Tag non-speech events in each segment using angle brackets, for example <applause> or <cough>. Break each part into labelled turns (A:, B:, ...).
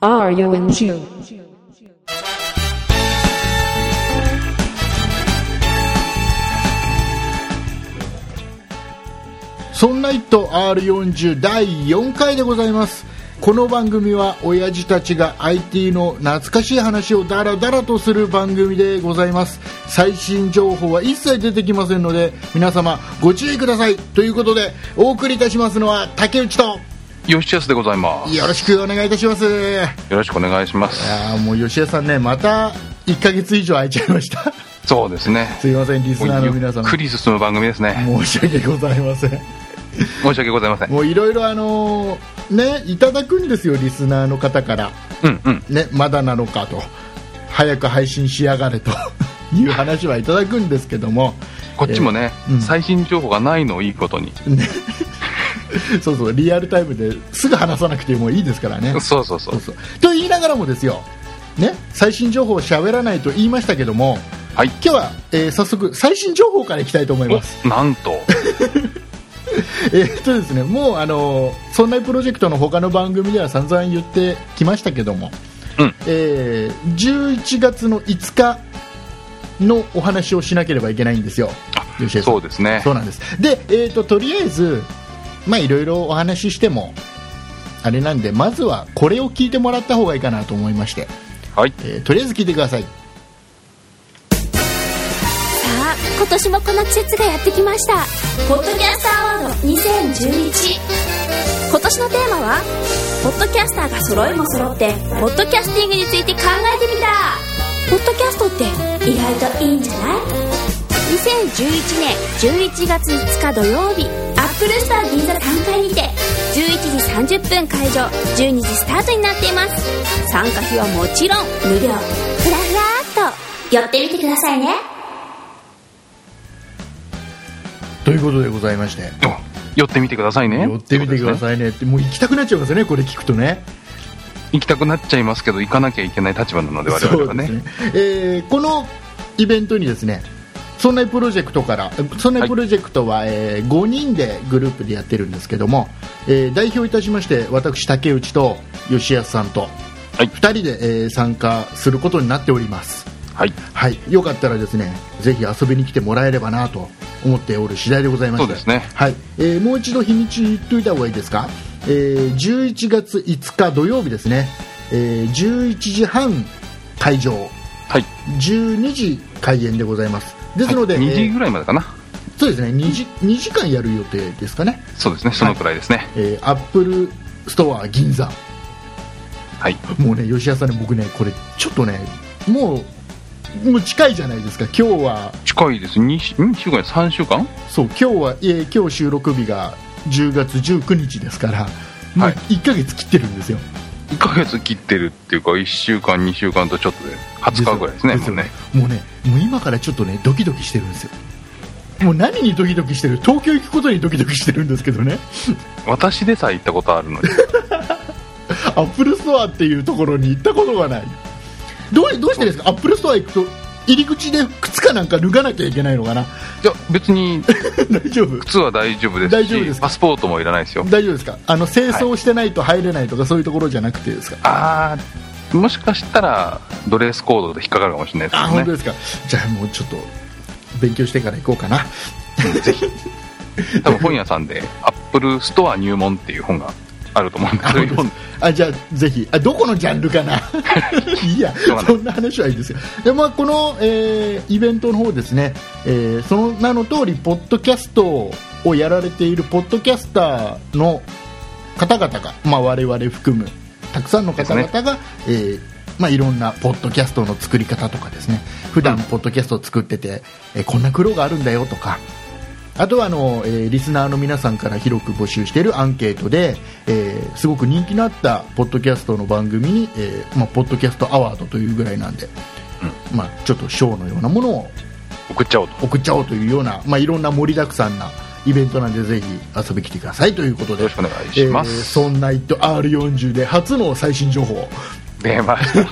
A: Are you in June?
B: そんな「イット R40」第4回でございますこの番組は親父たちが IT の懐かしい話をダラダラとする番組でございます最新情報は一切出てきませんので皆様ご注意くださいということでお送りいたしますのは竹内と
C: 吉安でございます。
B: よろしくお願いいたしますい
C: よろしくお願いします。
B: やーもう吉江さんねまた1ヶ月以上空いちゃいました
C: そうですね。
B: <laughs> すいませんリス
C: もう
B: ナーの
C: ゆ
B: 皆様
C: っくり進む番組ですね。
B: 申し訳ございません
C: 申し訳ございません。
B: もういろいろあのーねいただくんですよリスナーの方から
C: うんうん。
B: ね、まだなのかと早く配信しやがれと <laughs> いう話はいただくんですけども、
C: こっちもね、
B: えーうん
C: 最新情報がないのをいいことに。
B: ねそうそうリアルタイムですぐ話さなくてもいいですからね。
C: そうそうそ
B: そう
C: う。
B: そうと言いながらもですよ、ね、最新情報を喋らないと言いましたけども
C: はい。
B: 今日は、えー早速最新情報からいきたいと思います。
C: おなんと。
B: <laughs> えーっとですね、もうあのーそんなプロジェクトの他の番組では散々言ってきましたけども、
C: うん
B: えー11月の5日のお話をしなければいけないんですよ、吉江さん
C: そうですね
B: そ。うなんですで、えーっととりあえず、まあ、いろいろお話ししてもあれなんでまずはこれを聞いてもらった方がいいかなと思いまして、
C: はい。
B: えーとりあえず聞いてください
D: さあ今年もこの季節がやってきました「ポッドキャスターアワード2011」今年のテーマは「ポッドキャスターが揃いも揃ってポッドキャスティングについて考えてみた」ポッドキャストって意外といいんじゃない2011年11月5日土曜日アップルスター銀座3階にて11時30分開場12時スタートになっています参加費はもちろん無料ふらふらっと寄ってみてくださいね
B: ということでございまして
C: お寄ってみてくださいね。
B: 寄ってみてくだ
C: い。
B: さいねってもう行きたくなっちゃいますよね、これ聞くとね。
C: 行きたくなっちゃいますけど、行かなきゃいけない立場なので、我々は
B: そうで
C: ね。
B: すねえーこのイベントにですねそんなプロジェクトからそんなプロジェクトは、え5人でグループでやってるんですけども、えー代表いたしまして私竹内と吉安さんと、
C: はい
B: 2人で、えー参加することになっております
C: はい。
B: はい、よかったらですねぜひ遊びに来てもらえればなと思っておる次第でございまして
C: そうですね
B: はいえーもう一度日にち言っておいた方がいいですか、えー11月5日土曜日ですね、えー11時半会場
C: はい。
B: 12時開演でございますですので、
C: 2時
B: えー
C: ぐらいまでかな。
B: そうですね 2, 時2時間やる予定ですかね、
C: そうですね。そのくらいですね。
B: えー、アップルストア銀座
C: はい。
B: もうね吉田さんね僕ねこれちょっとねもうもう近いじゃないですか今日は
C: 近いです。2週、ん週間 ?3 週間
B: そう今日は、えー今日収録日が10月19日ですから、もう
C: はい
B: 1ヶ月切ってるんですよ、
C: 1ヶ月切ってるっていうか1週間2週間とちょっとで20日ぐらいですね
B: よ
C: もうね
B: もうね、もう今からちょっとね、ドキドキしてるんですよ、もう何にドキドキしてる、東京行くことにドキドキしてるんですけどね、 <laughs>
C: 私でさえ行ったことあるのに
B: アップルストアっていうところに行ったことがない、どうどうしてですか、アップルストア行くと、入り口で靴かなんか脱がなきゃいけないのかな、 <laughs>
C: いや別に
B: 大丈夫、
C: 靴は大丈夫ですし
B: 大丈夫ですか
C: パスポートもいらないですよ
B: 大丈夫ですか、あの清掃してないと入れないとか、そういうところじゃなくてですか。
C: ああもしかしたらドレスコードで引っかかるかもしれないです
B: あ、
C: け
B: 本当
C: ど
B: で
C: ね
B: すか。じゃあもうちょっと勉強してから行こうかな。
C: 多分本屋さんで「アップルストア入門」っていう本があると思うんで
B: あ
C: そういう
B: 本当
C: 本
B: ですあじゃあぜひあどこのジャンル
C: <laughs>
B: かな。いいや
C: しょうがない
B: そんな話はいいですよ。でまあこの、えーイベントの方ですね、えーその名の通りポッドキャストをやられているポッドキャスターの方々がまあ我々含むたくさんの方々が、えーまあ、いろんなポッドキャストの作り方とかですね普段ポッドキャストを作ってて、えーこんな苦労があるんだよとかあとはあの、えーリスナーの皆さんから広く募集しているアンケートで、えーすごく人気のあったポッドキャストの番組に、えーまあ、ポッドキャストアワードというぐらいなんで、まあ、ちょっと賞のようなものを
C: 送っちゃおうと
B: 送っちゃおうというような、まあ、いろんな盛りだくさんなイベントなんでぜひ遊びに来てくださいということで
C: よろしくお願いします
B: えーそんな「イット R40」で初の最新情報 <laughs>
C: 出ました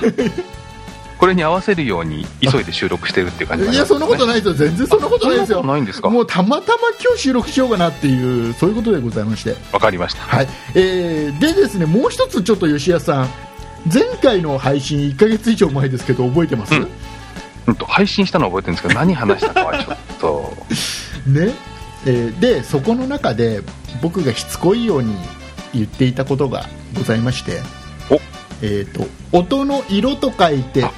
C: これに合わせるように急いで収録してるっていう感じ
B: いやそんなこと
C: い
B: ないですよ全然そんなことないです
C: そ
B: よ
C: んなことないんですか
B: もうたまたま今日収録しようかなっていうそういうことでございまして
C: わかりました
B: はいえーでですねもう一つちょっと吉谷さん前回の配信1か月以上前ですけど覚えてます、
C: うんうんと配信したのは覚えてるんですけど何話したかはちょっ
B: <laughs>
C: と
B: ねえーでそこの中で僕がしつこいように言っていたことがございまして
C: お
B: えー、と音の色と書いて
C: あ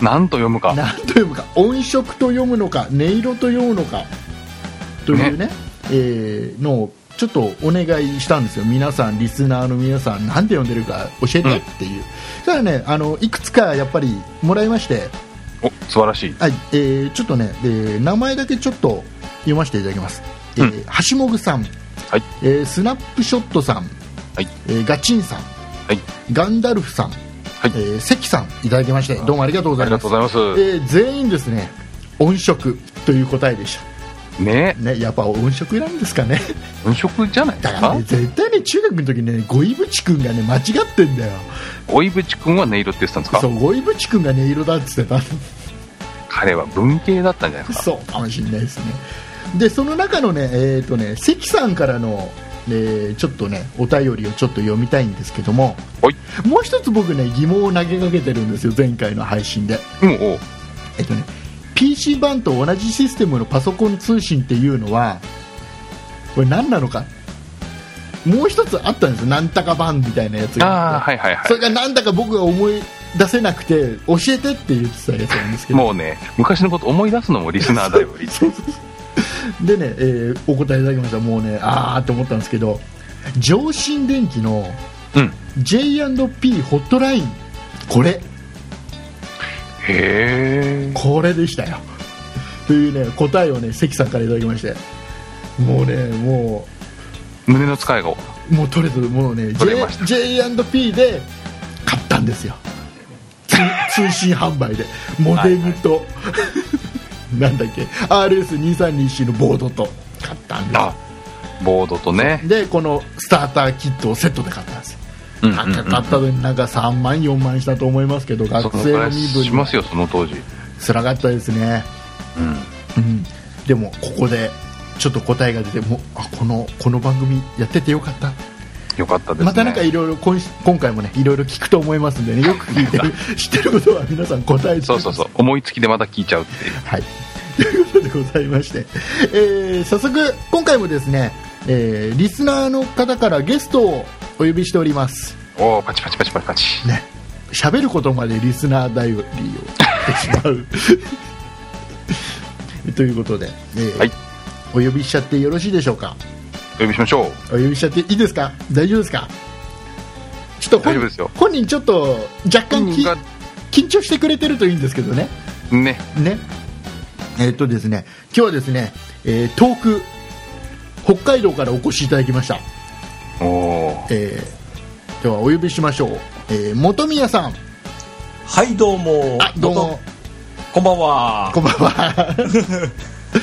C: 何と読むか
B: 何と読むか音色と読むのか音色と読むのかというねえーのをちょっとお願いしたんですよ皆さんリスナーの皆さん何て読んでるか教えてっていう、そしたらねあのいくつかやっぱりもらいまして、
C: お素晴らしい
B: はいえーちょっとね、えー名前だけちょっと読ませていただきます、えー橋もぐさん、
C: はい
B: えースナップショットさん、
C: はい
B: えーガチンさん、
C: い
B: ガンダルフさん、
C: はい
B: えー関さんいただきましてどうもありがとうご
C: あ
B: ざい
C: り
B: ま
C: が
B: す
C: とうございます、
B: えー全員ですね音色という答えでし
C: ね
B: た、ね、やっぱ音色なんですかね
C: 文職じゃないで
B: だ
C: す
B: から
C: か
B: ね絶対ね中学の時にねゴイブチ君がね間違ってんだよ
C: 老いぶち君は音色って言ってたんですか
B: そうゴイブチ君が音色だっつってた
C: 彼は文系だったんじゃないですか
B: そうかもしれないですねでその中のねえっ、とね関さんからのえーちょっとねお便りをちょっと読みたいんですけども
C: はい
B: もう一つ僕ね疑問を投げかけてるんですよ前回の配信で
C: うんおう
B: えっとね PC 版と同じシステムのパソコン通信っていうのはこれ何なのかもう一つあったんですよなんたか版みたいなやつが
C: ああ
B: って
C: はいはいは
B: それがなんだか僕が思い出せなくて教えてって言ってたやつなんですけ
C: い
B: ど
C: もうね昔のこと思い出すのもリスナーだより
B: そうそうそうでね、えーお答えいただきましたもうねあーって思ったんですけど上信電機の
C: うん
B: J&P ホットラインこれ
C: へえ
B: これでしたよというね答えをね関さんからいただきましてもうねも
C: 胸の使いが
B: うもう取れてるもうね
C: 取れました
B: J- J&P で買ったんですよつ通信販売でモデムと、 <laughs> なんだっけ RS2321 のボードと買ったんですよ
C: あボードとね
B: でこのスターターキットをセットで買ったんですよ
C: うんうん
B: 買った買ったのになんか3万4万したと思いますけど
C: そ
B: 学
C: の
B: 生
C: くら
B: の
C: い
B: 身
C: し
B: 分
C: ま
B: も
C: すよその当時
B: つらかったですね、
C: うん
B: うん、でもここでちょっと答えが出てもうあこのこの番組やっててよかった、
C: よかったですね
B: またなんかいろいろ今今回もねいろいろ聞くと思いますんでねよく聞いて
C: <laughs>
B: る知ってることは皆さん答えて
C: そうそうそう思いつきでまた聞いちゃうっていう
B: はい、 <laughs> ということでございまして、えー早速、今回もですね、えーリスナーの方からゲストをお呼びしております。
C: おおパチパチパチパチパチ
B: ね喋ることまでリスナー頼りをしてしまう <laughs> ということで、えー
C: はい
B: お呼びしちゃってよろしいでしょうか
C: お呼びしましょう
B: お呼びしちゃっていいですか大丈夫ですかちょっと本
C: 大丈夫ですよ
B: 本人ちょっと若干き
C: 本
B: 緊張してくれてるといいんですけどね
C: 人がね
B: ねえーっとですね今日はですね、えー遠く北海道からお越しいただきました、
C: おお
B: えー、ではお呼びしましょう、えー、本宮さん
A: はいどうも
B: あどうも
A: こんばんは
B: こんばんは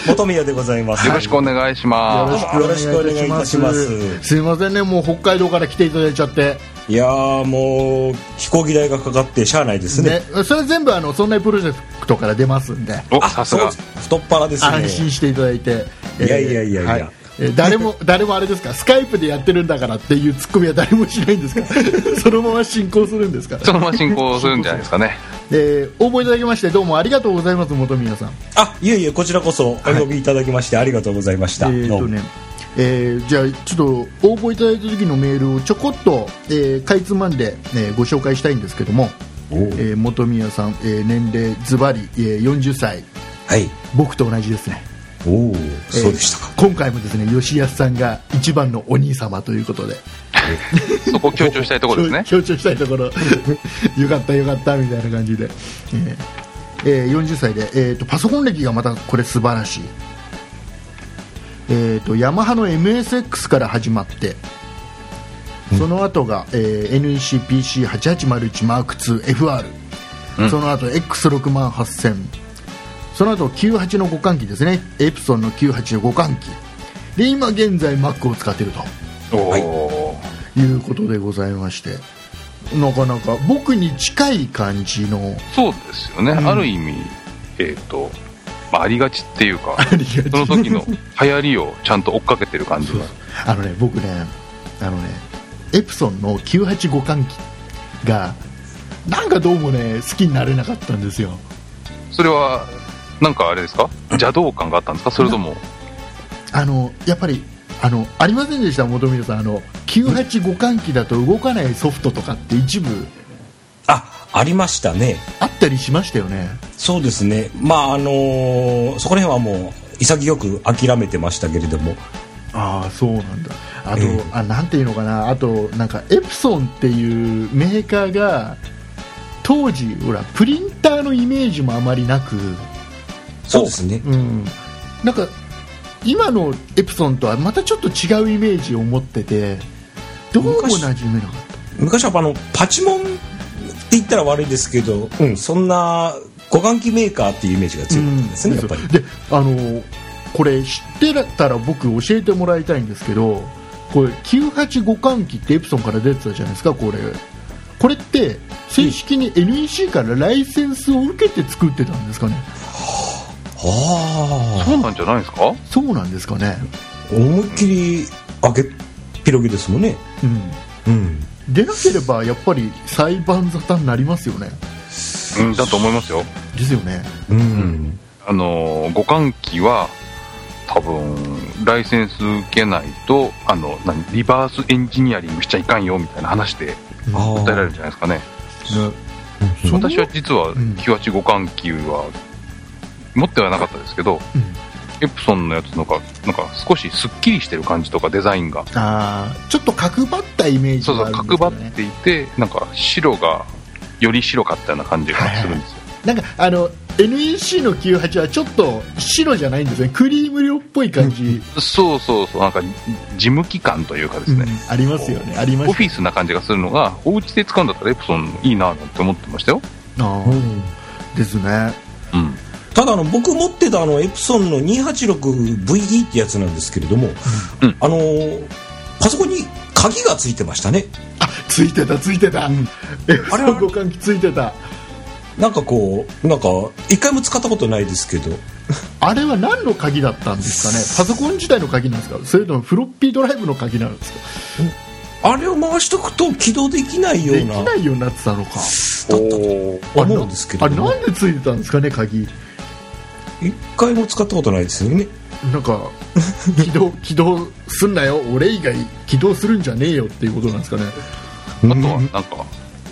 A: 元宮でございます
C: よろしくお願いし
B: よろ
C: ま
B: し
C: す
B: くお願いいたしま
A: よろしくお願いいた
B: す。
A: します
B: いませんね、もう北海道から来ていただいちゃって。
A: いやーもう飛行機代がかかってしゃあないですね
B: ね、それ全部あの、そんなプロジェクトから出ますんで、
C: お
A: あ
C: さすが
A: そう太っ腹です
B: 安心
A: ね
B: していただいて。
A: いやいやいやいや
B: はえー誰も、誰もあれですか、スカイプでやってるんだからっていうツッコミは誰もしないんですか
A: <laughs>
B: そのまま進行するんですか
C: <laughs> そのまま進行するんじゃないですか
B: <laughs>
C: ね
B: えー応募いただきまして、どうもありがとうございます、本宮さん。
A: あいえいえこちらこそお呼びいただきましてありがとうございました、
B: えー
A: ど
B: と
A: うも
B: ねえーじゃあちょっと応募いただいた時のメールをちょこっと、えーかいつまんで、えーご紹介したいんですけども、えー本宮さん、えー年齢ズバリ、えー40歳
A: はい
B: 僕と同じですね、
A: おお
B: えー
A: そうでしたか、
B: 今回もですね吉安さんが一番のお兄様ということで
C: そこを強調したいところですね
B: 強強調したいところ <laughs> よかったよかったみたいな感じで、えーえー40歳で、えー、とパソコン歴がまたこれ素晴らしい、えー、とヤマハの MSX から始まってその後が、えー NECPC8801M2FR、その後 X68000 その後98の互換機ですねエプソンの98の互換機で今現在 Mac を使っていると
C: おお、
A: はい
B: いうことでございましてなかなか僕に近い感じの
C: そうですよね、
B: うん
C: ある意味、えーとまあ、ありがちっていうか
B: <laughs> ありがち
C: その時の流行りをちゃんと追っかけてる感じ
B: そうそうあのね僕ねあのねエプソンの985換気がなんかどうもね好きになれなかったんですよ
C: それはなんかあれですか邪道感があったんですかそれとも
B: あのやっぱりあのありませんでした元宮さんあの985換気だと動かないソフトとかって一部
A: あありましたね
B: あったりしましたよね
A: そうですねまああのーそこら辺はもう潔く諦めてましたけれども
B: ああそうなんだあと、
A: ええ
B: あなんていうのかなあとなんかエプソンっていうメーカーが当時ほらプリンターのイメージもあまりなく
A: そうですね
B: うんなんか今のエプソンとはまたちょっと違うイメージを持っててどうも馴染めなかっ
A: 昔はあのパチモンって言ったら悪いですけど、
B: うん
A: そんな互換機メーカーっていうイメージが
B: た、
A: 強かったですね、やっぱり
B: であのこれ知ってたら僕教えてもらいたいんですけどこれ985換気ってエプソンから出てたじゃないですかこれこれって正式に NEC からライセンスを受けて作ってたんですかね
A: あ
C: そうなんじゃないですか
B: そうなんですかね
A: あ思いっきり開けっ広げですもんね
B: うん
A: うん
B: 出なければやっぱり裁判沙汰になりますよね
C: うんだと思いますよ
B: ですよね
A: うん、
C: あの互換機は多分ライセンス受けないとあの何リバースエンジニアリングしちゃいかんよみたいな話で
A: あ
C: 訴
A: ー
C: えられるんじゃないですかね
B: ね
A: うん
B: そんな
C: 私は実は
B: ん
C: 98互換機は持ってはなかったですけど、
B: うん
C: エプソンのやつのかなんか少しすっきりしてる感じとかデザインが
B: あーちょっと角張ったイメージ
C: そう
B: が
C: そ
B: あ
C: う
B: るんで
C: 角
B: すよ
C: 張っ
B: ね
C: ていてなんか白がより白かったような感じがするんですよ、
B: なんかあの NEC の98はちょっと白じゃないんですねクリーム量っぽい感じ、
C: そうそうそうなんか事務機関というかです
B: うん
C: ね、
B: ありますよねあります
C: オフィスな感じがするのがお家で使うんだったらエプソンいいななんて思ってましたよ、
B: あ
A: う
B: ー
A: ん
B: ですね
C: うん、
A: ただあの僕持ってたあのエプソンの 286VE ってやつなんですけれども、
C: うん
A: あのーパソコンに鍵がついてましたね
B: あついてたついてた、え
A: あ
B: あ
A: れ
B: れ
A: は
B: は互換機ついてた
A: なんかこうなんか一回も使ったことないですけど
B: あれは何の鍵だったんですかねパソコン自体の鍵なんですかそれともフロッピードライブの鍵なんですか
A: あれを回しとくと起動できないよ
B: で
A: う
B: き
A: な
B: ないようになってたのか
A: と思うんですけ
B: あれ
A: ども
B: なんでついてたんですかね鍵
A: 一回も使ったことないですよね
B: なんか起動起動すんなよ俺以外起動するんじゃねえよっていうことなんですかね
C: あとはなんか、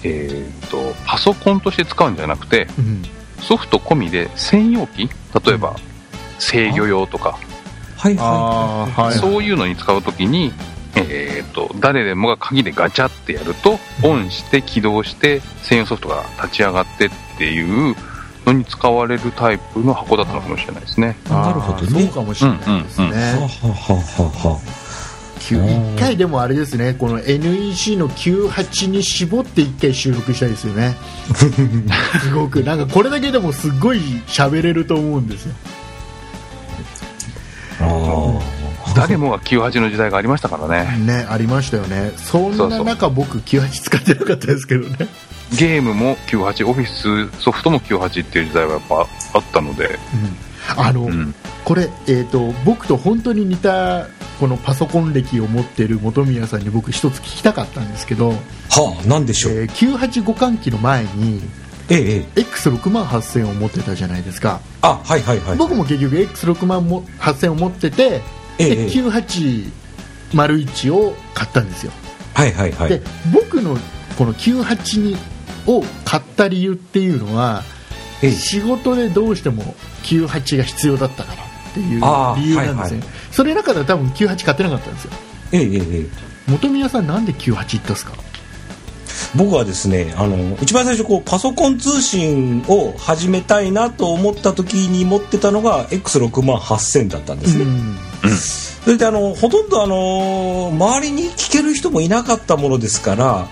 C: えーっとパソコンとして使うんじゃなくて
B: うん
C: ソフト込みで専用機例えば制御用とか
A: はいは
B: ああは
C: そういうのに使うときに、えーっと誰でもが鍵でガチャってやるとオンして起動して専用ソフトが立ち上がってっていうのに使われるタイプの箱だったのかもしれないですね
A: いなるほど
B: そう
A: ね
B: かもしれないですね、
C: うん
A: ははははは
B: 急一回でもあれですねこの NEC の98に絞って一回修復したいですよねすごくなんかこれだけでもすごい喋れると思うんですよ
A: あ
C: 誰もが98の時代がありましたから
B: <laughs>
C: ね
B: ねありましたよねそん
C: そうそ
B: な
C: う
B: 中僕98使ってなかったですけどね
C: ゲームも98オフィスソフトも98っていう時代はやっぱあったので、
B: うんあの、
C: うん、
B: これ、えー、と僕と本当に似たこのパソコン歴を持っている本宮さんに僕一つ聞きたかったんですけど、
A: あはあなんでしょう
B: えー98互換機の前に
A: ええええ
B: X6 万8000を持ってたじゃないですか
A: あはいはいはい
B: 僕も結局 X6 万8000を持ってて、
A: ええ
B: で
A: ええ
B: 9801を買ったんですよ、
A: はいはいはい
B: で僕のこの982を買った理由っていうのは
A: ええ
B: 仕事でどうしても98が必要だったからっていう
A: あー
B: 理由なんですね、
A: はいは
B: それだから多分98買ってなかったんですよ
A: ええええええ
B: 元宮さんなんで98いったんですか
A: 僕はですねあの一番最初こうパソコン通信を始めたいなと思った時に持ってたのが X6 万8000だったんですね、
B: うん
A: それであのほとんどあの周りに聞ける人もいなかったものですから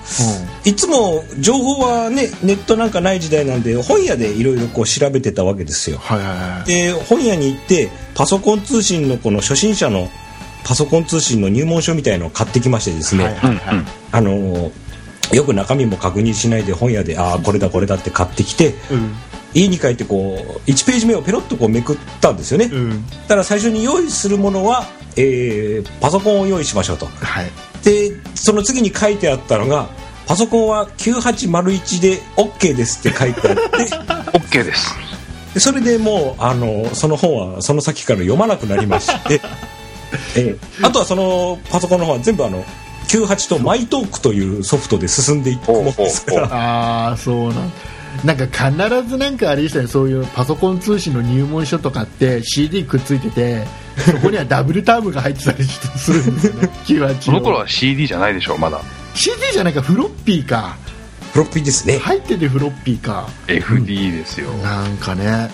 A: いつも情報はねネットなんかない時代なんで本屋でいろいろこう調べてたわけですよ
B: はいはいはい
A: で本屋に行ってパソコン通信のこの初心者のパソコン通信の入門書みたいのを買ってきましてですね、
B: はいはいはい
C: うん
A: あのーよく中身も確認しないで本屋でああこれだこれだって買ってきて
B: うん
A: 家に帰ってこう1ページ目をペロッとこうめくったんですよね、
B: うん
A: ただ最初に用意するものは、えーパソコンを用意しましょうと
B: はい
A: でその次に書いてあったのが「パソコンは9801で OK です」って書いて <laughs> あって
C: OK です
A: でそれでもうあのその本はその先から読まなくなりまして、えーあとはそのパソコンの方は全部あの98とマイトークというソフトで進んでいくものですから
B: ああそうなんなんか必ずなんかあれでしたねそういうパソコン通信の入門書とかって CD くっついててそこにはダブルタームが入ってたりしてするんですよ
C: <laughs>
B: ね98
C: その頃は CD じゃないでしょうまだ
B: CD じゃないかフロッピーか
A: フロッピーですね
B: 入っててフロッピーか
C: FD ですよ、
B: なんかね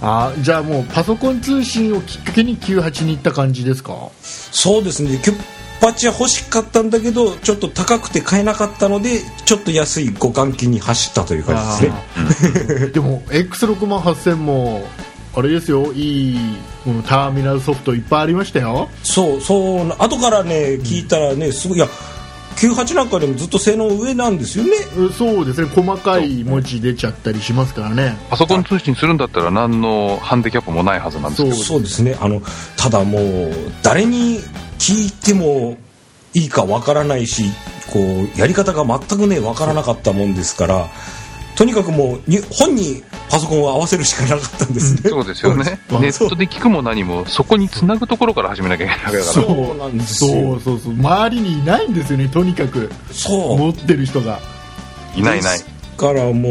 B: あーじゃあもうパソコン通信をきっかけに98に行った感じですか
A: そうですねキュッパチは欲しかったんだけどちょっと高くて買えなかったのでちょっと安い互換機に走ったという感じですね
B: あーでも X6 万8000もあれですよいいこのターミナルソフトいっぱいありましたよ
A: そうそうな後からね聞いたらねすごいいや98なんかでもずっと性能上なんですよね
B: うそうですね細かい文字出ちゃったりしますからね
C: パソコン通信するんだったら何のハンデキャップもないはずなんですけど
B: そう
A: そうですねあのただもう誰に聞いてもいいかわからないしこうやり方が全くねわからなかったもんですからとにかくもうに本にパソコンを合わせるしかなかったんですね、
C: そうですよね
B: そう
C: ネットで聞くも何もそこに繋ぐところから始めなきゃいけないわけだから
A: そうなんです
B: そ
A: よ
B: うそうそう周りにいないんですよねとにかく
A: そう
B: 持ってる人
A: <laughs>
B: が
C: いないいない
A: ですからもうも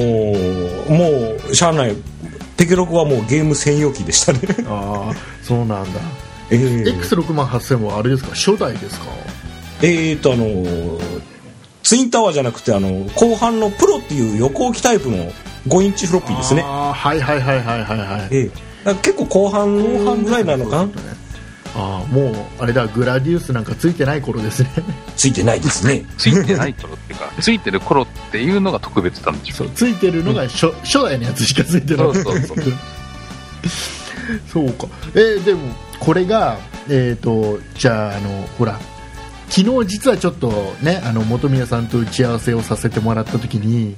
A: う社内テケロコはもうゲーム専用機でしたね、
B: ああそうなんだ
A: えー
B: X6 万8000もあれですか初代ですか
A: えー、とあのーツインタワーじゃなくてあの後半のプロっていう横置きタイプの5インチフロッピーですね、
B: ああはいはいはいはいはいはい
A: ええだから結構後半後半ぐらいなのかな
B: ああもうあれだグラディウスなんかついてない頃ですね
A: ついてないですね
C: ついてない頃っていうか <laughs> ついてる頃っていうのが特別なんでし
B: そ
C: ょ
B: うついてるのが初,、初代のやつしかついてない
C: そうそうそう
B: <laughs> そうかえーでもこれがえっ、とじゃああのほら昨日実はちょっとねあの本宮さんと打ち合わせをさせてもらった時に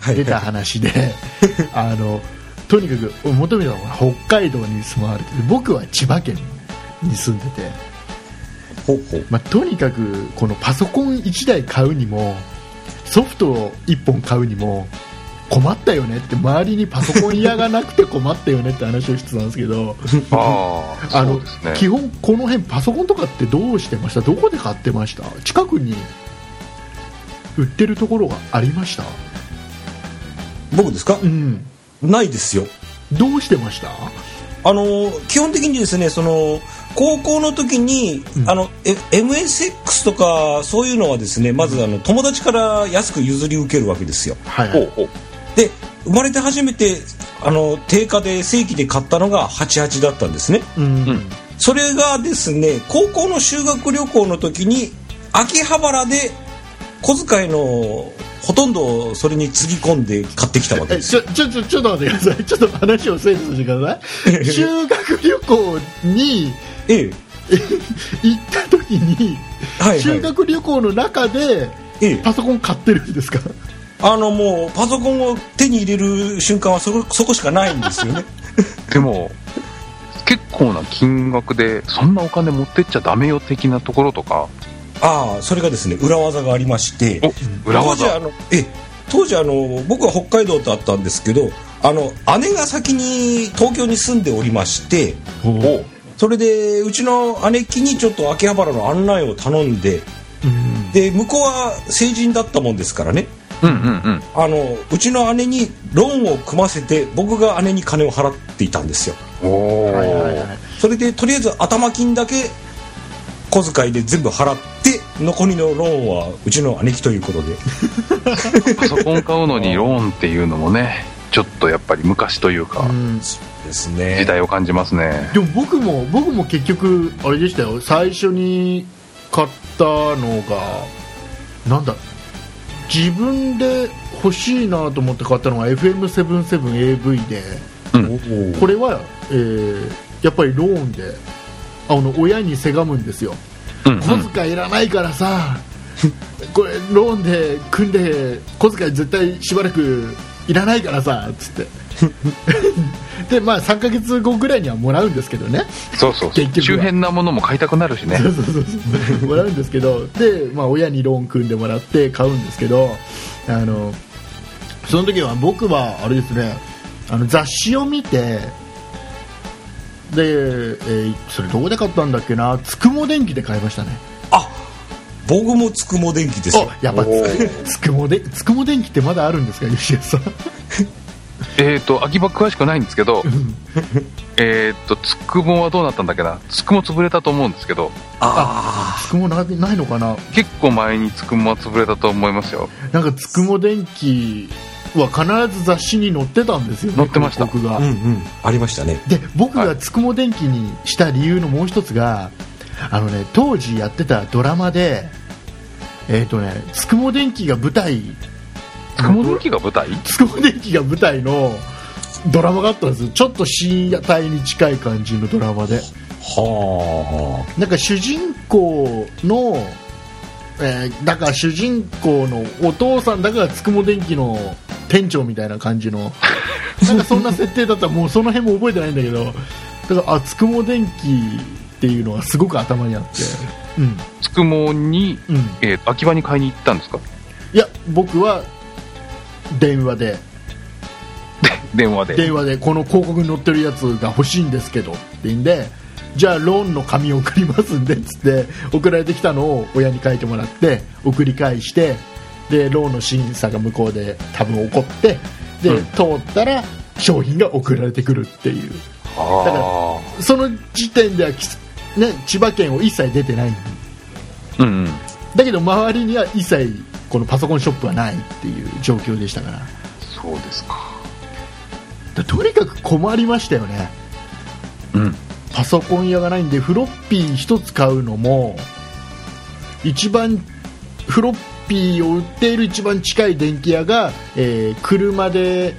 A: はい
B: 出た話で
A: <laughs>
B: あのとにかく本宮さんは北海道に住まわれてて僕は千葉県に住んでて、
A: <laughs> ほうほう
B: まあ、とにかくこのパソコン1台買うにもソフトを1本買うにも困ったよねって周りにパソコン屋がなくて困ったよねって話をしてたんですけ
C: <laughs>
B: ど
C: ああ
B: あ
C: そ
B: の
C: うですね
B: 基本この辺パソコンとかってどうしてましたどこで買ってました近くに売ってるところがありました
A: 僕ですか
B: うん
A: ないですよ
B: どうしてました
A: あのー基本的にですねその高校の時に、あのえ MSX とかそういうのはですねまずあの友達から安く譲り受けるわけですよ
B: はい、は
C: ほう
B: い、
C: ほう
A: で生まれて初めてあの定価で正規で買ったのが88だったんですね
B: うん、
C: うん
A: それがですね高校の修学旅行の時に秋葉原で小遣いのほとんどをそれにつぎ込んで買ってきたわけ
B: え
A: です
B: ちょちょちょちょっと待ってくださいちょ <laughs> っと話を整理させてくださ
C: <laughs>
B: い修学旅行に
A: ええ
B: 行った時に、
A: はいはい
B: 修学旅行の中で
A: ええ
B: パソコン買ってるんですか
A: あのもうパソコンを手に入れる瞬間はそこそこしかないんですよね <laughs>
C: でも結構な金額でそんなお金持ってっちゃダメよ的なところとか
A: ああそれがですね裏技がありまして
C: お裏
A: 当時あ
C: 技
A: のええ当時あの僕は北海道とあったんですけどあの姉が先に東京に住んでおりまして
C: おう
A: それでうちの姉貴にちょっと秋葉原の案内を頼んで
B: うん
A: で向こうは成人だったもんですからね
C: うんうんうん
A: あのうちの姉にローンを組ませて僕が姉に金を払っていたんですよ
C: おお、
B: はいはいはい
A: それでとりあえず頭金だけ小遣いで全部払って残りのローンはうちの姉貴ということで
C: <laughs> パソコン買うのにローンっていうのもねちょっとやっぱり昔というか、
B: うん
A: ですね
C: 時代を感じますね
B: でも僕も僕も結局あれでしたよ最初に買ったのがなんだ自分で欲しいなと思って買ったのが FM77AV で
A: おー
B: これは、えーやっぱりローンであの親にせがむんですよ
C: うんうん
B: 小遣いいらないからさ、これローンで組んで小遣い絶対しばらくいらないからさつって
C: <laughs>
B: でまあ3ヶ月後ぐらいにはもらうんですけどね
C: そうそう
B: 結局は
C: 周辺なものも買いたくなるしね
B: そうそうそうそうもらうんですけどで、まあ、親にローン組んでもらって買うんですけどあのその時は僕はあれですねあの雑誌を見てで、えーそれどこで買ったんだっけなつくも電気で買いましたね
A: 僕もつくも電気ですよ
B: あやっぱつつくもでつくも電気ってまだあるんですか吉田さん
C: えっ、と秋葉詳しくないんですけどえっとつくもはどうなったんだっけなつくも潰れたと思うんですけど
A: あ
B: つくもなないのかな
C: 結構前につくもは潰れたと思いますよ
B: なんかつくも電気は必ず雑誌に載ってたんですよね
C: 載ってました
B: 広告が、
A: あうんうんありましたね
B: で僕
C: は
B: がつくも電気にした理由のもう一つが、あのね当時やってたドラマでえっ、とねつくも電気が舞台
C: つくも電気が舞台
B: つくも電気が舞台のドラマがあったんですよちょっと深夜帯に近い感じのドラマで
A: は
B: なんか主人公の、えーだから主人公のお父さんだからつくも電気の店長みたいな感じのなんかそんな設定だったらもうその辺も覚えてないんだけどだからあつくも電気っていうのはすごく頭にあってうん
C: つくもに、
B: うん
C: えーと秋葉に買いに行ったんですか
B: いや僕は電話で
C: 電話で
B: 電話でこの広告に載ってるやつが欲しいんですけどって言うんでじゃあローンの紙を送りますんでっつって送られてきたのを親に書いてもらって送り返してでローンの審査が向こうで多分起こってで、
C: うん
B: 通ったら商品が送られてくるっていうだから
C: あ
B: その時点ではき、ね、千葉県を一切出てない
C: あうんうん
B: だけど周りには一切このパソコンショップはないっていう状況でしたからだか
C: そうですから
B: とにかく困りましたよね
C: うん
B: パソコン屋がないんでフロッピー1つ買うのも一番フロッピーを売っている一番近い電気屋が、えー車で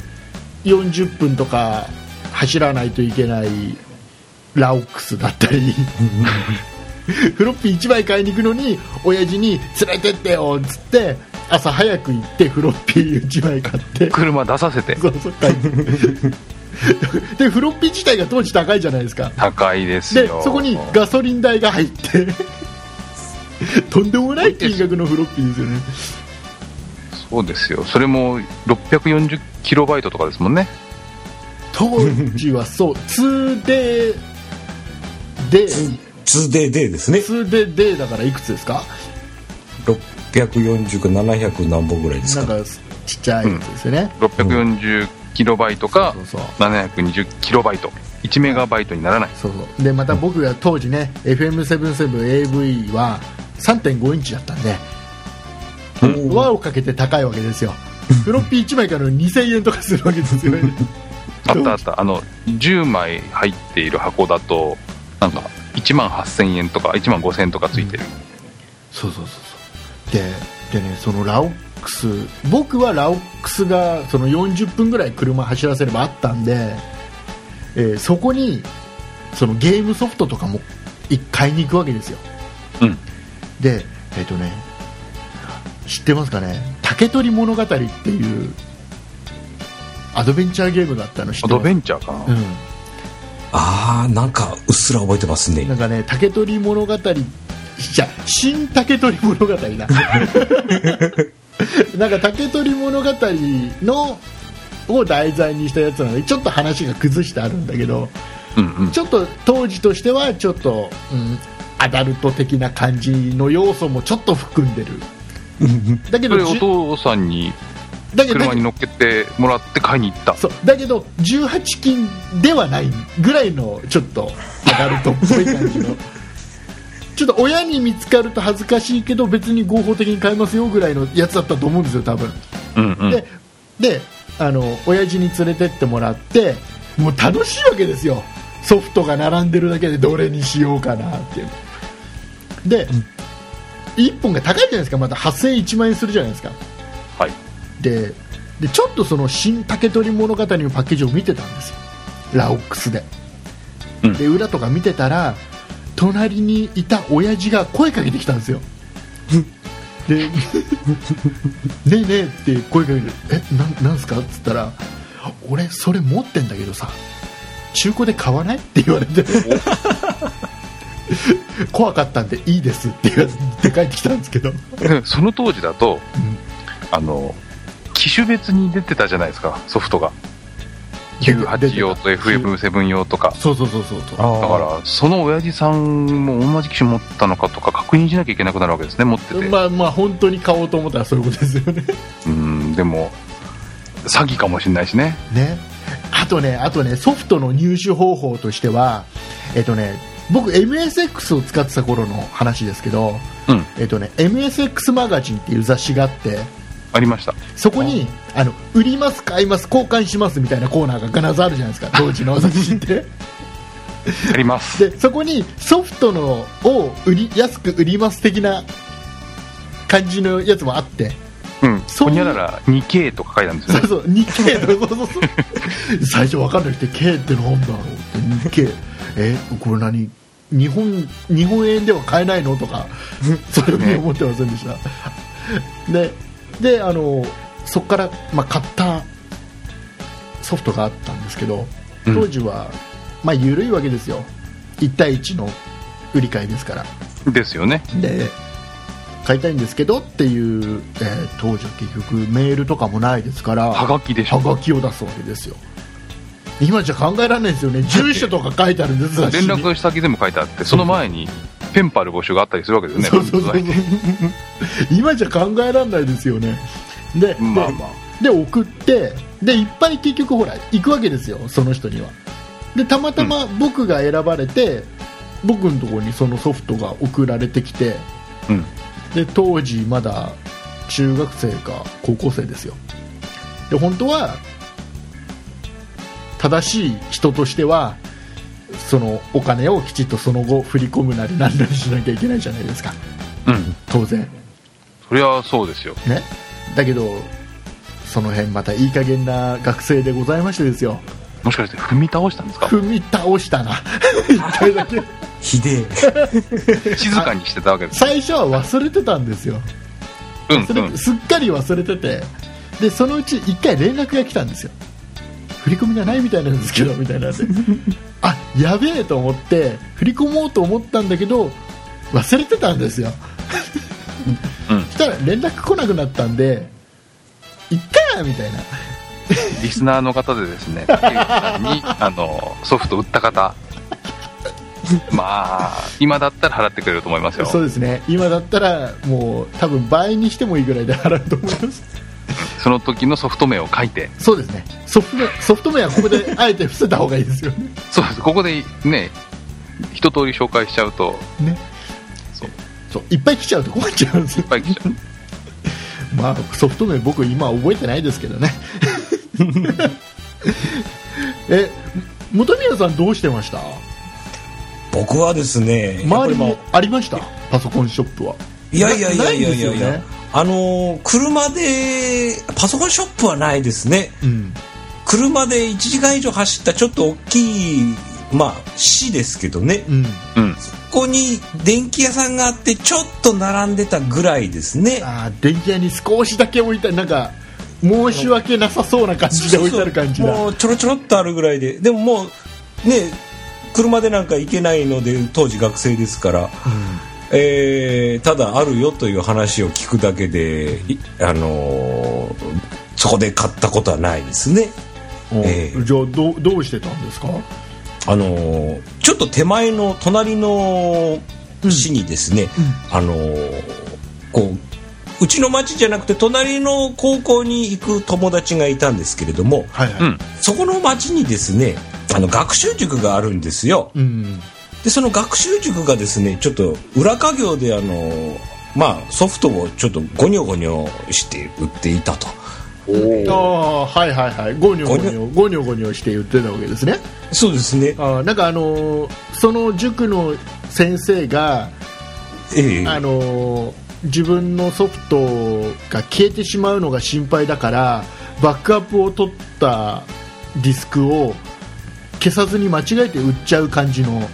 B: 40分とか走らないといけないラオックスだった
C: <laughs>
B: りフロッピー1枚買いに行くのに親父に連れてってよっつって朝早く行ってフロッピー1枚買って
C: 車出させて
B: そうそう買いに行く <laughs> でフロッピー自体が当時高いじゃないですか
C: 高いです
B: で
C: よ
B: そこにガソリン代が入って <laughs> とんでもない金額のフロッピーですよね
C: そうですよそれも640キロバイトとかですもんね
B: 当時は
A: <laughs>
B: そう 2D で
A: あ 2DD ですね
B: 2DD だからいくつですか
A: 640か700何本ぐらいです
B: なん
A: か
B: かちっちゃいやつですよね、
C: 640キロバイトか
B: そうそう
C: 720キロバイト1メガバイトにならない
B: そうそうでまた僕が当時ね FM77AV は3.5インチだったんで輪をかけて高いわけですよフロッピー1枚から2000円とかするわけですよね
C: あったあったあの10枚入っている箱だとなんか1万8000円とか1万5000円とかついてる、
B: <laughs> そうそうそうそうででねそのラオックス僕はラオックスがその40分ぐらい車走らせればあったんで、えーそこにそのゲームソフトとかもい買いに行くわけですよ
C: うん
B: でえっ、とね知ってますかね「竹取物語」っていうアドベンチャーゲームがあったの知ってます
C: アドベンチャーかな、
B: うん
A: ああなんかうっすら覚えてますね
B: なんかね竹取物語じゃ新竹取物語
C: <laughs>
B: だなんか竹取物語のを題材にしたやつなのでちょっと話が崩してあるんだけど
C: うんうん
B: ちょっと当時としてはちょっと、うん、アダルト的な感じの要素もちょっと含んでるだけ
C: そ
B: ど
C: れお
B: じゅ
C: 父さんに
B: だけど
C: 車に乗っけてもらって買いに行った
B: そうだけど18禁ではないぐらいのちょっとアダルトっぽい感じ
C: <laughs>
B: のちょっと親に見つかると恥ずかしいけど別に合法的に買えますよぐらいのやつだったと思うんですよ多分、
C: うんうん
B: でであの親父に連れてってもらってもう楽しいわけですよソフトが並んでるだけでどれにしようかなっていうで、1本が高いじゃないですかまた8000万円するじゃないですか
C: はい
B: ででちょっとその新竹取物語のパッケージを見てたんですよラオックスで、
C: うん
B: で裏とか見てたら隣にいた親父が声かけてきたんですよででねえねえって声かけるえなんなんすかっつったら俺それ持ってんだけどさ中古で買わないって言われ
C: <laughs>
B: て怖かったんでいいですって言われて帰ってきたんですけど、
C: <laughs> その当時だとあの機種別に出てたじゃないですかソフトが98用と FM7 用とか
B: そうそうそうそうそう
C: だからその親父さんも同じ機種持ったのかとか確認しなきゃいけなくなるわけですね持ってて、
B: まあまあ本当に買おうと思ったらそういうことですよね
C: うんでも詐欺かもしれないしね
B: ねあとねあとねソフトの入手方法としてはえっとね僕 MSX を使ってた頃の話ですけど、
C: うん
B: えっとね MSX マガジンっていう雑誌があって
C: ありました
B: そこにあの売ります買います交換しますみたいなコーナーが必ずあるじゃないです <laughs> か当時の雑誌って
C: あります
B: でそこにソフトのを売り安く売ります的な感じのやつもあって
C: うん
B: そう
C: ほにゃらら 2K とか書いたんです
B: そ
C: よ
B: う
C: ね
B: そう 2K のそうそうそう最初分かんなくて K ってなんだろうって 2K えこれ何日本日本円では買えないのと
C: <laughs>
B: かそういうふうに思ってませんでしたでであのそこから、まあ、買ったソフトがあったんですけど
C: うん
B: 当時は、まあ緩いわけですよ1対1の売り買いですから
C: ですよね
B: で買いたいんですけどっていう、えー当時は結局メールとかもないですから
C: はがきでし
B: は
C: ょ
B: がきを出すわけですよ今じゃ考えられないですよね住所とか書いてあるんです雑誌
C: 連
B: に
C: 絡先全部書いてあってその前にペンパル募集があったりするわけですよね
B: そうそうそう
C: 文在
B: 今じゃ考えられないですよねで,、
C: まあまあ
B: でで送ってでいっぱい結局ほら行くわけですよその人にはでたまたま僕が選ばれて、僕のところにそのソフトが送られてきて
C: うん
B: で当時まだ中学生か高校生ですよで本当は正しい人としてはそのお金をきちっとその後振り込むなり何なりしなきゃいけないじゃないですか
C: うん
B: 当然
C: そりゃそうですよ
B: ねだけどその辺またいい加減な学生でございましてですよ
C: もしかして踏み倒したんですか
B: 踏み倒したな <laughs> 一回だけ
A: ひでえ
C: 静かにしてたわけです
B: 最初は忘れてたんですよ
C: うん
B: そ
C: うん
B: れすっかり忘れててでそのうち1回連絡が来たんですよ振り込みがないみたいなんですけ <laughs> どみたいなんであやべえと思って振り込もうと思ったんだけど忘れてたんですよ
C: うん
B: そしたら連絡来なくなったんでいったーみたいな
C: リスナーの方でですね、竹内さ
B: <laughs>
C: んにあのソフト売った方、まあ、今だったら払ってくれると思いますよ。
B: そうですね今だったらもう多分倍にしてもいいぐらいで払うと思います
C: その時のソフト名を書いて、
B: そうですねソフトウェアソフトウェアはここであえて伏せた方がいいですよね
C: そうです、ここでね、一通り紹介しちゃうと、
B: ね
C: そう
B: そういっぱい来ちゃうと困っちゃうんですよ
C: いっぱい来ちゃ <laughs> う。
B: <laughs> まあ、ソフト名僕今覚えてないですけどねえ本宮さんどうしてました
A: 僕はですねやっぱ
B: 周
A: り
B: り
A: まあ
B: にありましたパソコンショップはい
A: やいやいやいやい
B: なない
A: やい
B: んですよ
A: や、
B: ね
A: あのー車でパソコンショップはないですね
B: うん
A: 車で1時間以上走ったちょっと大きいまあ市ですけどね
B: うん
C: うん、
A: ここに電気屋さんがあってちょっと並んでたぐらいですね
B: ああ電気屋に少しだけ置いたなんか申し訳なさそうな感じで置いてある感じだ
A: もうちょろちょろっとあるぐらいででももうね車でなんか行けないので当時学生ですから、えーただあるよという話を聞くだけで、いあのーそこで買ったことはないですね
B: うん
A: ええ
B: じゃあどうどうしてたんですか
A: あのーちょっと手前の隣の市にですね、あのーこううちの町じゃなくて隣の高校に行く友達がいたんですけれども
B: はいはい
C: うん、
A: そこの町にですねあの学習塾があるんですよ
B: うん
A: でその学習塾がですねちょっと裏稼業であのーまあソフトをちょっとゴニョゴニョして売っていたと
B: ああはいはいはいゴニョゴニョゴニョゴニョして言ってたわけですね
A: そうですね
B: あーなんかあのーその塾の先生が
A: ええ
B: あのー自分のソフトが消えてしまうのが心配だからバックアップを取ったディスクを消さずに間違えて売っちゃう感じの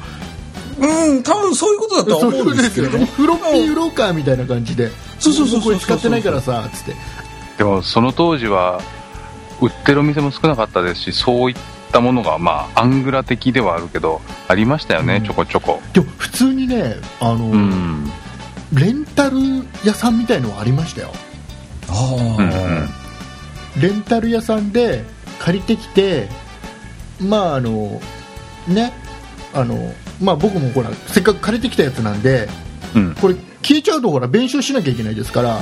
A: うん多分そういうことだとは
B: そうい
A: 思
B: うこ
A: うん
B: と
A: で
B: ですす
A: けれ
B: よ
A: ど
B: ね
A: も
B: フロッピーローカーみたいな感じで
A: そうそうそう
B: もこれ使ってないからさつって
C: でもその当時は売ってるお店も少なかったですしそういったものがまあアングラ的ではあるけどありましたよね、
B: うん
C: ちょこちょこ
B: でも普通にねあの、
C: うん
B: レンタル屋さんみたいのはありましたよ
A: あ
C: うん
A: あ
B: レンタル屋さんで借りてきてまああのねあのまあ僕もほらせっかく借りてきたやつなんで
C: うん
B: これ消えちゃうとほら弁償しなきゃいけないですから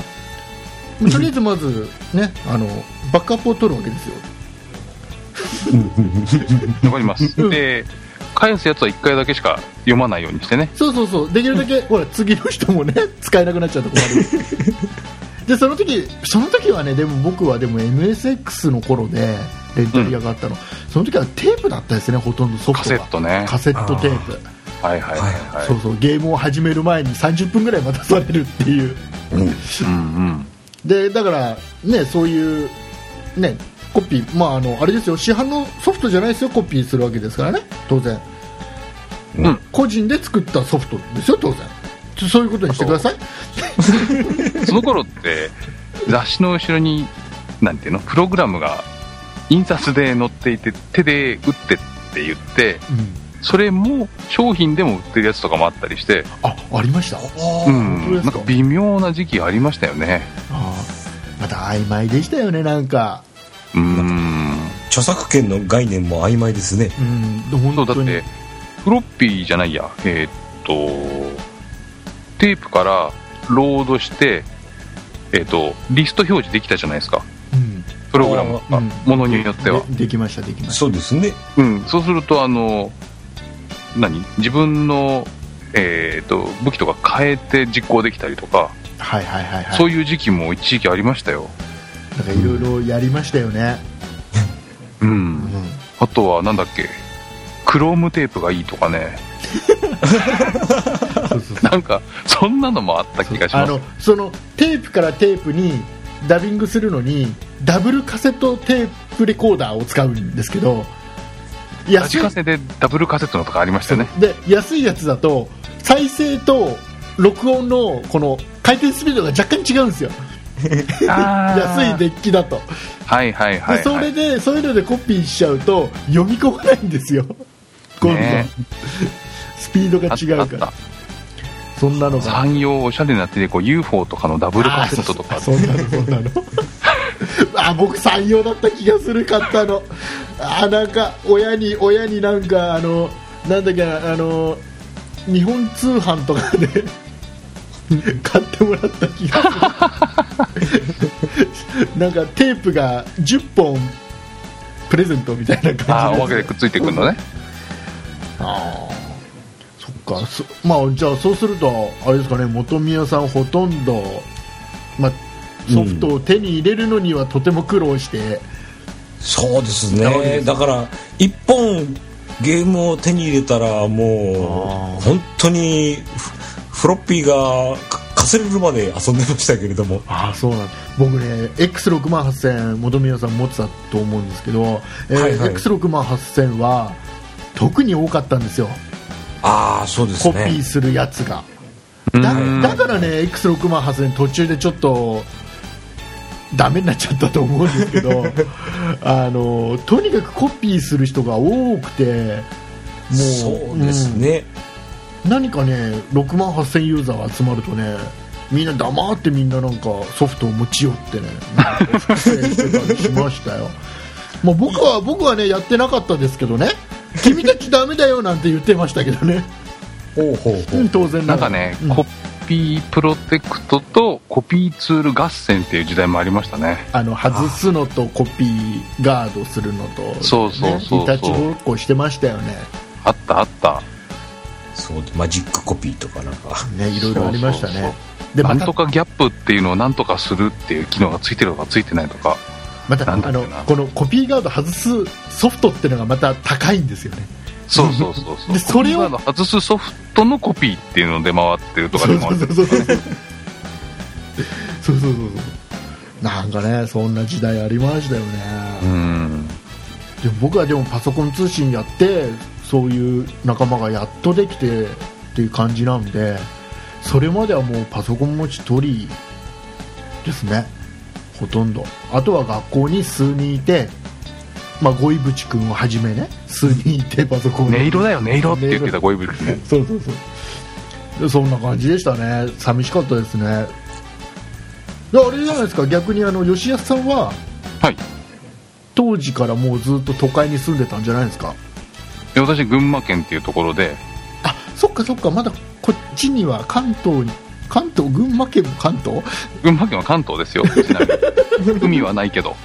B: とりあえずまずねあのバックアップを取るわけですよ
C: わかります、
B: うん
C: で返すやつは1回だけしか読まないようにしてね
B: そうそうそうできるだけほら次の人もね使えなくなっちゃうと困る
C: <laughs>
B: でその時その時はねでも僕はでも MSX の頃でレンタル屋があったの、その時はテープだったですねほとんどソ
C: カ
B: フト
C: セ
B: が
C: ットね
B: カセットテープ
C: はいはいはいはい
B: そうそうゲームを始める前に30分ぐらい待たされるっていう
C: うんうん
B: でだからねそういうねコピーまああのあれですよ市販のソフトじゃないですよコピーするわけですからね当然、
C: うん
B: 個人で作ったソフトですよ当然そそういうことにしてください
C: その頃って雑誌の後ろになんていうのプログラムが印刷で載っていて手で打ってって言ってそれも商品でも売ってるやつとかもあったりして、
B: あありました
A: あ
C: う
A: ー
B: 本当で
C: ん、
B: す
C: な
B: か
C: んか微妙な時期ありましたよね
B: あーまた曖昧でしたよねなんか
C: うーん
A: 著作権の概念も曖昧ですね
B: うん
C: そう
B: 本
C: だ
B: 当
C: っ
B: に
C: てフロッピーじゃないやえーっとテープからロードしてえーっとリスト表示できたじゃないですか
B: うん
C: プログラムとか
B: うん
C: ものによっては
B: でできましたできまし
A: そうですね
C: うん、そうすると、あの、何自分の、えー、と武器とか変えて実行できたりとか、
B: たはいはいはいはい
C: そういう時期も一時期ありましたよ。
B: なんかいろいろやりましたよね、
C: うん。
B: うん
C: あとは、なんだっけ、クロームテープがいいとか
B: <laughs>
C: ね、
B: そうそうそう
C: なんか、そんなのもあった気がし
B: あ
C: ます。
B: のそのテープからテープにダビングするのにダブルカセットテープレコーダーを使うんですけど
C: ラ
B: 安
C: ジ
B: い
C: カセでダブルカセットのとかありましたよね。
B: で安いやつだと再生と録音のこの回転スピードが若干違うんですよ安い
C: 安
B: デッキだとで、
C: はいはいはい、はい。
B: それでそういうのでコピーしちゃうと読み込まないんですよ今度、
C: ね
B: スピードが違うか
C: あ
B: ら
C: っ
B: そんなの
C: た。
B: が
C: 産業おしゃれになってて、こう UFO とかのダブルカセットとか
B: あ。そそんなのそんなの <laughs> あ僕採用だった気がする買ったのあなんか親に親になんかあのなんだっけなあの日本通販とかで <laughs> 買ってもらった気がするなんかテープが10本プレゼントみたいな感
C: ああー、
B: じ
C: おまけでくっついてくるのね。
B: あーそっかそまあじゃあそうするとあれですかね元宮さんほとんど、まあ、ソフトを手に入れるのにはとても苦労して、
A: そうです
B: なわけで
A: ね
B: す
A: だから一本ゲームを手に入れたら
B: あー
A: もう本当にフフロッピーがかかすれるまで遊んでましたけれども
B: ああそうなん僕ね X6 万8000元宮さん持ってたと思うんですけど、えー
A: はいはい
B: X6 万8000は特に多かったんですよ
A: ああそうです
B: コピー
A: ね
B: するやつが、
C: うん
B: だだからね X6 万8000途中でちょっとダメになっちゃったと思うんですけ
C: <laughs>
B: どあのとにかくコピーする人が多くてもう
A: そうですね、
B: うん何かね6万8000ユーザーが集まるとねみんな黙ってみんななんかソフトを持ち寄ってねしてたりしましたよもう僕は僕はねやってなかったですけどね君たちダメだよなんて言ってましたけどね、
A: ほうほうほ
B: う、
A: うん
B: 当然
C: な
B: が
C: んからね、
B: うん
C: コピープロテクトとコピーツール合戦っていう時代もありましたね。
B: あの外すのとコピーガードするのと、
C: そうそうそうそう
B: ねいたちごっこしてましたよね
C: あったあった。
A: そうマジックコピーとかなんか
B: ねいろいろありましたね
C: そうそう
B: で
C: な
B: ま
C: ん
B: た
C: とかギャップっていうのをなんとかするっていう機能がついてるとかついてないとか。
B: また
C: な
B: あ
C: んだっけ
B: の
C: な
B: このコピーガード外すソフトっていうのがまた高いんですよね
C: そうそうそう
B: <laughs>
C: そう。
B: でそれを
C: コピーガード外すソフトのコピーっていうので回ってるとかでもあ
B: そう
C: る
B: そうそうそうそうそうそうそうなんかねそんな時代ありましたよね、
C: うん。
B: でも僕はでもパソコン通信やってそういう仲間がやっとできてっていう感じなんでそれまではもうパソコン持ち取りですねほとんどあとは学校に数人いてまあゴイブチ君をはじめね数人いてパソコン
C: 音
B: に
C: 色だよ音色って言ってた恋人ね
B: そうそうそうそんな感じでしたね寂しかったですねであれじゃないですか逆にあの吉安さんは
C: はい
B: 当時からもうずっと都会に住んでたんじゃないですか
C: で私群馬県っていうところで
B: あそっかそっかまだこっちには関東に関東群馬県も関東 <laughs>
C: 群馬県は関東ですよちなみに海はないけど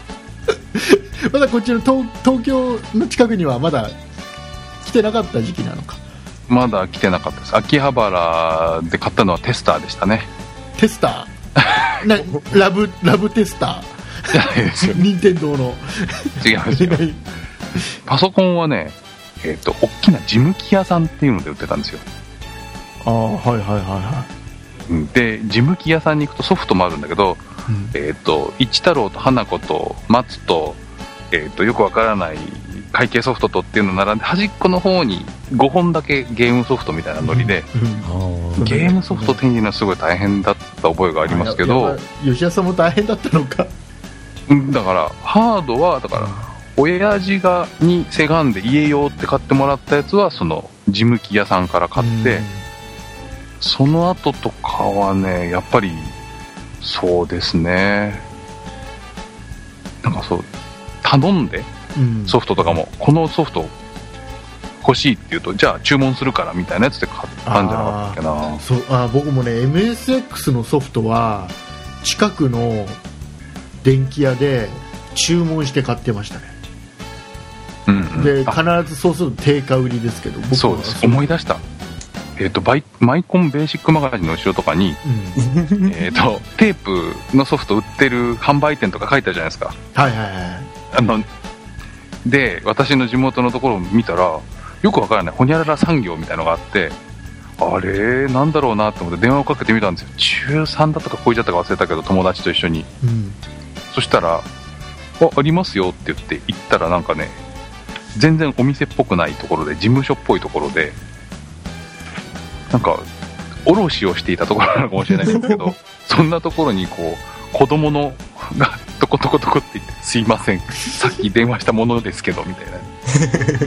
B: まだこっちの東東京の近くにはまだ来てなかった時期なのか
C: まだ来てなかったです秋葉原で買ったのはテスターでしたね <laughs>
B: テスターなラブラブテスタ
C: じゃないですよ
B: ー任天堂の
C: 違いますよパソコンはねえっ、と大きな事務機屋さんっていうので売ってたんですよ
B: <laughs> ああはいはいはいは
C: で事務機屋さんに行くとソフトもあるんだけど、
B: い、
C: えっと一太郎と花子と松と,、えっとよくわからない会計ソフトとっていうの並んで端っこの方に5本だけゲームソフトみたいなノリで、
B: うん
A: あ
C: ゲームソフト手に入れるのはすごい大変だった覚えがありますけ
B: やっぱ
C: ど
B: 吉田さんも大変だったのか
C: うんだからハードはだから親父がにせがんで家用って買ってもらったやつはその事務機屋さんから買って、その後とかはね、やっぱり、そうですね。なんかそう、頼んで、
B: うん
C: ソフトとかも、このソフト欲しいって言うと、じゃあ注文するからみたいなやつで買ったんじゃなかったっけな。
B: そうあ僕もね MSX のソフトは近くの電気屋で注文して買ってましたね、
C: うん、う
B: で
C: ん。あ
B: 必ずそうすると定価売りですけど僕は
C: そうです。思い出した。えっ、とバイ、マイコンベーシックマガジンの後ろとかに、
B: うん
C: えっと、テープのソフト売ってる販売店とか書いてあるじゃないですか。
B: はいはいはい
C: あの、で、私の地元のところを見たら、よくわからない、ほにゃらら産業みたいのがあって、あれ、なんだろうなと思って電話をかけてみたんですよ。中3だったか超えちゃったか忘れたけど、友達と一緒に。
B: うん
C: そしたら、あ、ありますよって言って行ったらなんかね、全然お店っぽくないところで、事務所っぽいところで、なんか、卸をしていたところなのかもしれないんです
B: <laughs>
C: けど、そんなところにこう、子供のが、トコトコトコって言って、すいません、さっき電話したものですけど、みた い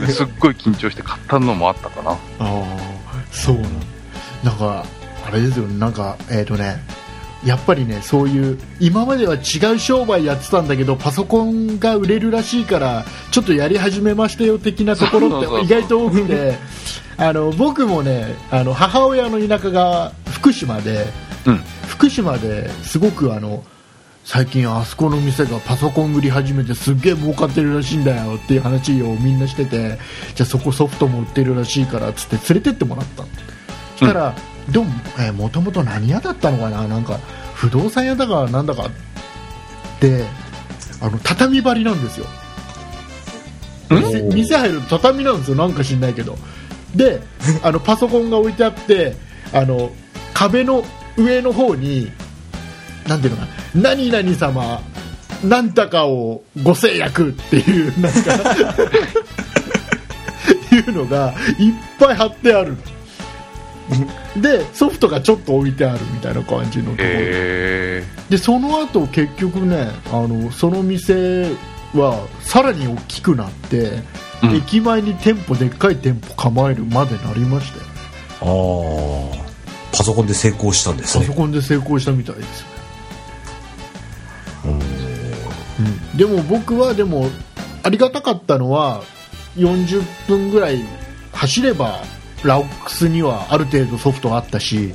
B: <laughs>
C: な。すっごい緊張して買ったのもあったかな。
B: ああそうなんなんかあれですよねなんかえっ、とねやっぱりねそういう今までは違う商売やってたんだけどパソコンが売れるらしいからちょっとやり始めましたよ的なところ
C: そうそうそ
B: っ
C: う
B: て意外と多くてあの僕もねあの母親の田舎が福島で
C: うん。
B: 福島ですごくあの最近あそこの店がパソコン売り始めてすっげえ儲かってるらしいんだよっていう話をみんなしててじゃあそこソフトも売ってるらしいからっつって連れてってもらったのそしたら、でも、えー、もともと何屋だったのかななんか不動産屋だかなんだかであの畳張りなんですよ店
A: ん
B: 店入ると畳なんですよなんか知んないけどであのパソコンが置いてあってあの壁の上の方になんていうのかな何々様なんたかをご制約っていうなんか <laughs> いうのがいっぱい貼ってあるでソフトがちょっと置いてあるみたいな感じのところで
C: え
B: でその後結局ねあのその店はさらに大きくなって、
C: うん
B: 駅前に店舗でっかい店舗構えるまでなりましたよ
A: あーパソコンで成功したんです
B: パソ
A: ね
B: コンで成功したみたいですよね、うんでも僕はでもありがたかったのは40分ぐらい走ればラオックスにはある程度ソフトがあったし、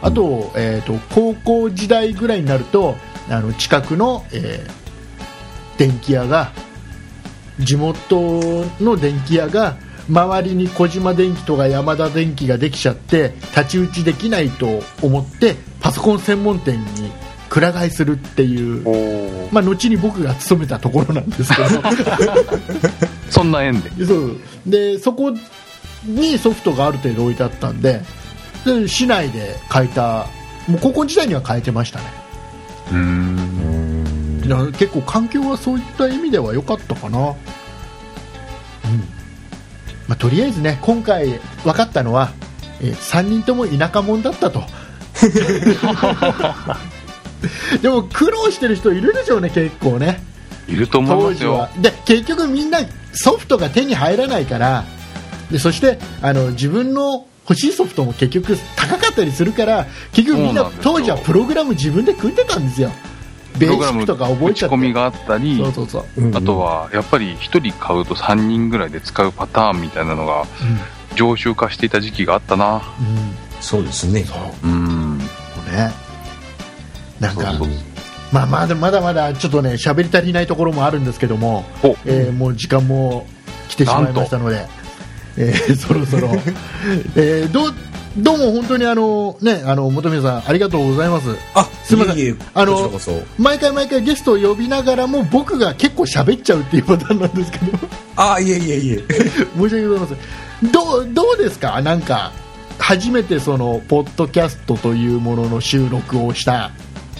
B: あと,、えー、と高校時代ぐらいになるとあの近くの、えー電気屋が地元の電気屋が周りに小島電機とか山田電機ができちゃって太刀打ちできないと思ってパソコン専門店にくら替えするってい
C: ー、
B: う、
C: お
B: まあ、後に僕が勤めたところなんですけど
C: そんな縁で。
B: そうでそこにソフトがある程度置いてあったんでで市内で買えたもう高校時代には買えてましたね
C: うん。
B: だから結構環境はそういった意味では良かったかな、うんまあ、とりあえずね今回分かったのは、え3人とも田舎者だったとでも苦労してる人いるでしょうね結構ね
C: いると思
B: 当
C: います
B: 時
C: よ
B: は。で結局みんなソフトが手に入らないからでそしてあの自分の欲しいソフトも結局高かったりするから結局みんな
C: そうなんですよ
B: 当時はプログラム自分で組んでたんですよ
C: プ
B: ベー
C: ロ
B: シ
C: グラ
B: ッ
C: ム
B: クとか
C: 打
B: 覚えち
C: ち
B: ゃって
C: 込みがあったり
B: そう、そうそう、
C: あとはやっぱり1人買うと3人ぐらいで使うパターンみたいなのが常習化していた時期があったな。
B: うんうん
A: そうですね
B: そう
C: うん。
B: ねなん
C: そう
B: か
C: そう
B: まあ、まだまだまだちょっとね喋り足りないところもあるんですけども、
C: お
B: えーもう時間も来てしまいましたので、えーそろそろ、えーどうどうも本当にあの、ね、あの本宮さんありがとうございます
A: あ
B: すいません
A: いえいえ
B: あの
A: こちらこそ
B: 毎回毎回ゲストを呼びながらも僕が結構喋っちゃうっていうパターンなんですけど <laughs>
A: あいえいえいえ
B: 申し訳ございませんどうどうですかなんか初めてそのポッドキャストというものの収録をした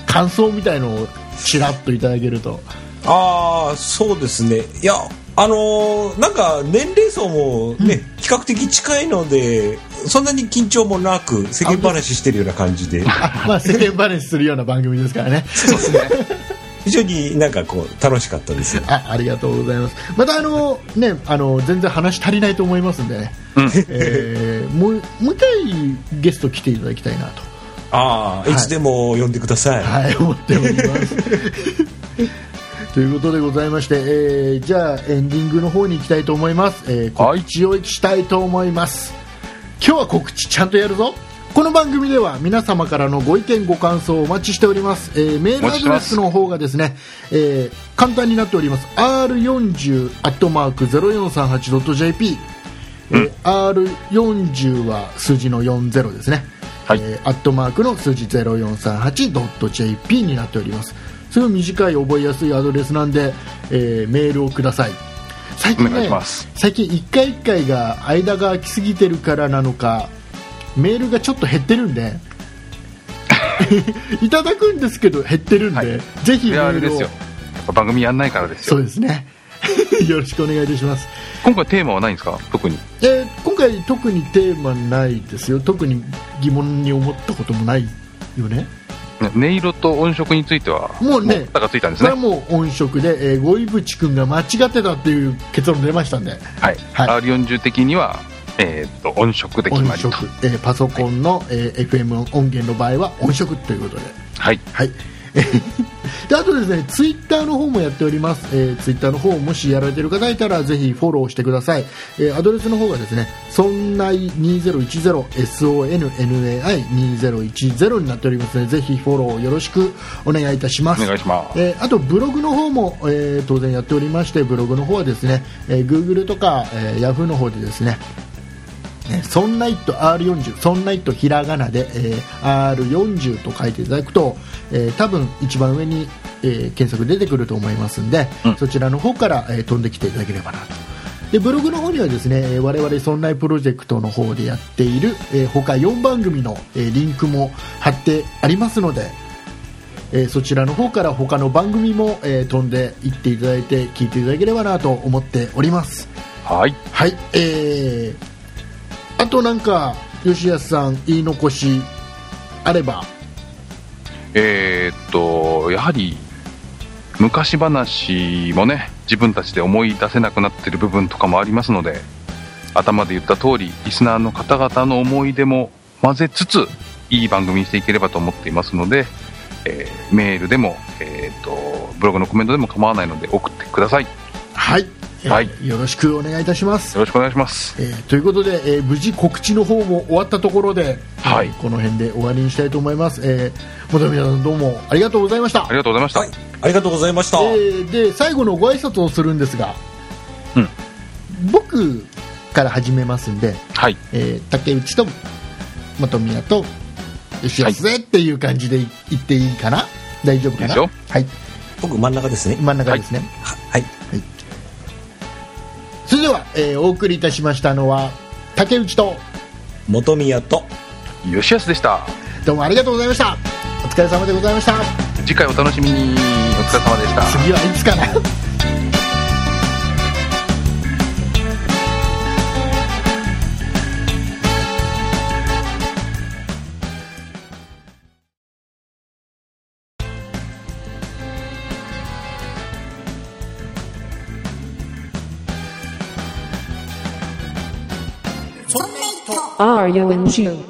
B: 感想みたいのをちらっといただけると。
A: ああそうですねいやあのーなんか年齢層もね、比較的近いのでそんなに緊張もなく世間話してるような感じで
B: あ <laughs> まあ、世間話するような番組ですからね。
A: 非常になんかこう楽しかったですよ
B: あありがとうございます。またあの、ね、あの、全然話足りないと思いますんでね。
C: うん
B: えーもう、もう一回ゲスト来ていただきたいなと、
A: ああいつでも呼んでください、
B: はい、思っております。 <laughs> ということでございまして、えーじゃあエンディングの方に行きたいと思います。えー、告知をしたいと思います。今日は告知ちゃんとやるぞこの番組では皆様からのご意見ご感想をお待ちしております、えーメールアドレスの方がですね、えー簡単になっております r40 アットマーク 0438.jp、えー R40 は数字の40ですね、
C: はい
B: えーアットマークの数字 0438.jp になっておりますすごい短い覚えやすいアドレスなんで、えーメールをください最近
C: お願い
B: ね
C: します
B: 最近1回1回が間が空きすぎてるからなのかメールがちょっと減ってるん
C: <laughs>
B: でいただくんですけど減ってるんで、
C: はい
B: ぜひ
C: い
B: メ
C: やあれ
B: ー
C: で
B: ル
C: す
B: を
C: よ。やっぱ番組やんないからです
B: そう
C: よ。
B: ですね <laughs> よろしくお願いいたします、
C: 今回テーマはないんですか特に。
B: えー今回特にテーマないですよ特に疑問に思ったこともないよね
C: ね音色と音色については、
B: もうね
C: 差がついたんで
B: そ
C: す
B: れは
C: ね。
B: もう音色で、えー、ゴイブチ君が間違ってたっていう結論出ましたんで
C: はい。
B: は
C: R40 的には、えーっと、音色で決
B: 音
C: まりと
B: 色。、えーパソコンの、えー FM 音源の場合は音色ということで
C: はい。
B: はい。 <laughs> であとですね、ツイッターの方もやっております。えー、ツイッターの方もしやられてる方いたらぜひフォローしてください。えー、アドレスの方がですね、そんない2010 sonnai2010 になっておりますので、ぜひフォローよろしくお願いいたします。
C: お願いします。
B: えーあとブログの方も、えー当然やっておりましてブログの方はですね、えー Google とか、えー Yahoo の方でですねえーそんな it R40 そんな it ひらがなで、えー R40 と書いていただくと、えー多分一番上に、えー検索出てくると思いますんで、
C: うん
B: そちらの方から、えー飛んできていただければなとでブログの方にはですねえー我々「そんないプロジェクト」の方でやっている、えー他4番組の、えーリンクも貼ってありますのでえーそちらの方から他の番組も、えー飛んでいっていただいて聞いていただければなと思っております
C: はい。
B: はいえー、あとなんか吉安さん言い残しあれば
C: えーっと、やはり、昔話もね、自分たちで思い出せなくなってる部分とかもありますので、頭で言った通り、リスナーの方々の思い出も混ぜつつ、いい番組にしていければと思っていますので、えーメールでも、えーっと、ブログのコメントでも構わないので送ってください。よ
B: はい、えー
C: はい
B: よろしくお願いいたします、
C: ろしくお願いします。
B: えーということで、えー無事告知の方も終わったところで、
C: はい
B: この辺で終わりにしたいと思います、えー、本宮さんどうもありがとうございました
C: ありがとうございました。
A: はいありがとうございました、
B: えーで最後のご挨拶をするんですが、
C: うん
B: 僕から始めますんで、
C: はい。
B: えー竹内と本宮と吉安ぜっていう感じで言っていいかな大丈夫か
C: いいで
B: な
C: すよ
B: はい
A: 僕真ん中ですね
B: 真ん中ですね、
A: ははい
B: それでは、えーお送りいたしましたのは竹内と
A: 元宮と
C: 吉安でした。
B: どうもありがとうございましたお疲れ様でございました
C: 次回お楽しみに。お疲れ様でした。
B: 次はいつかな
E: Are you in tune?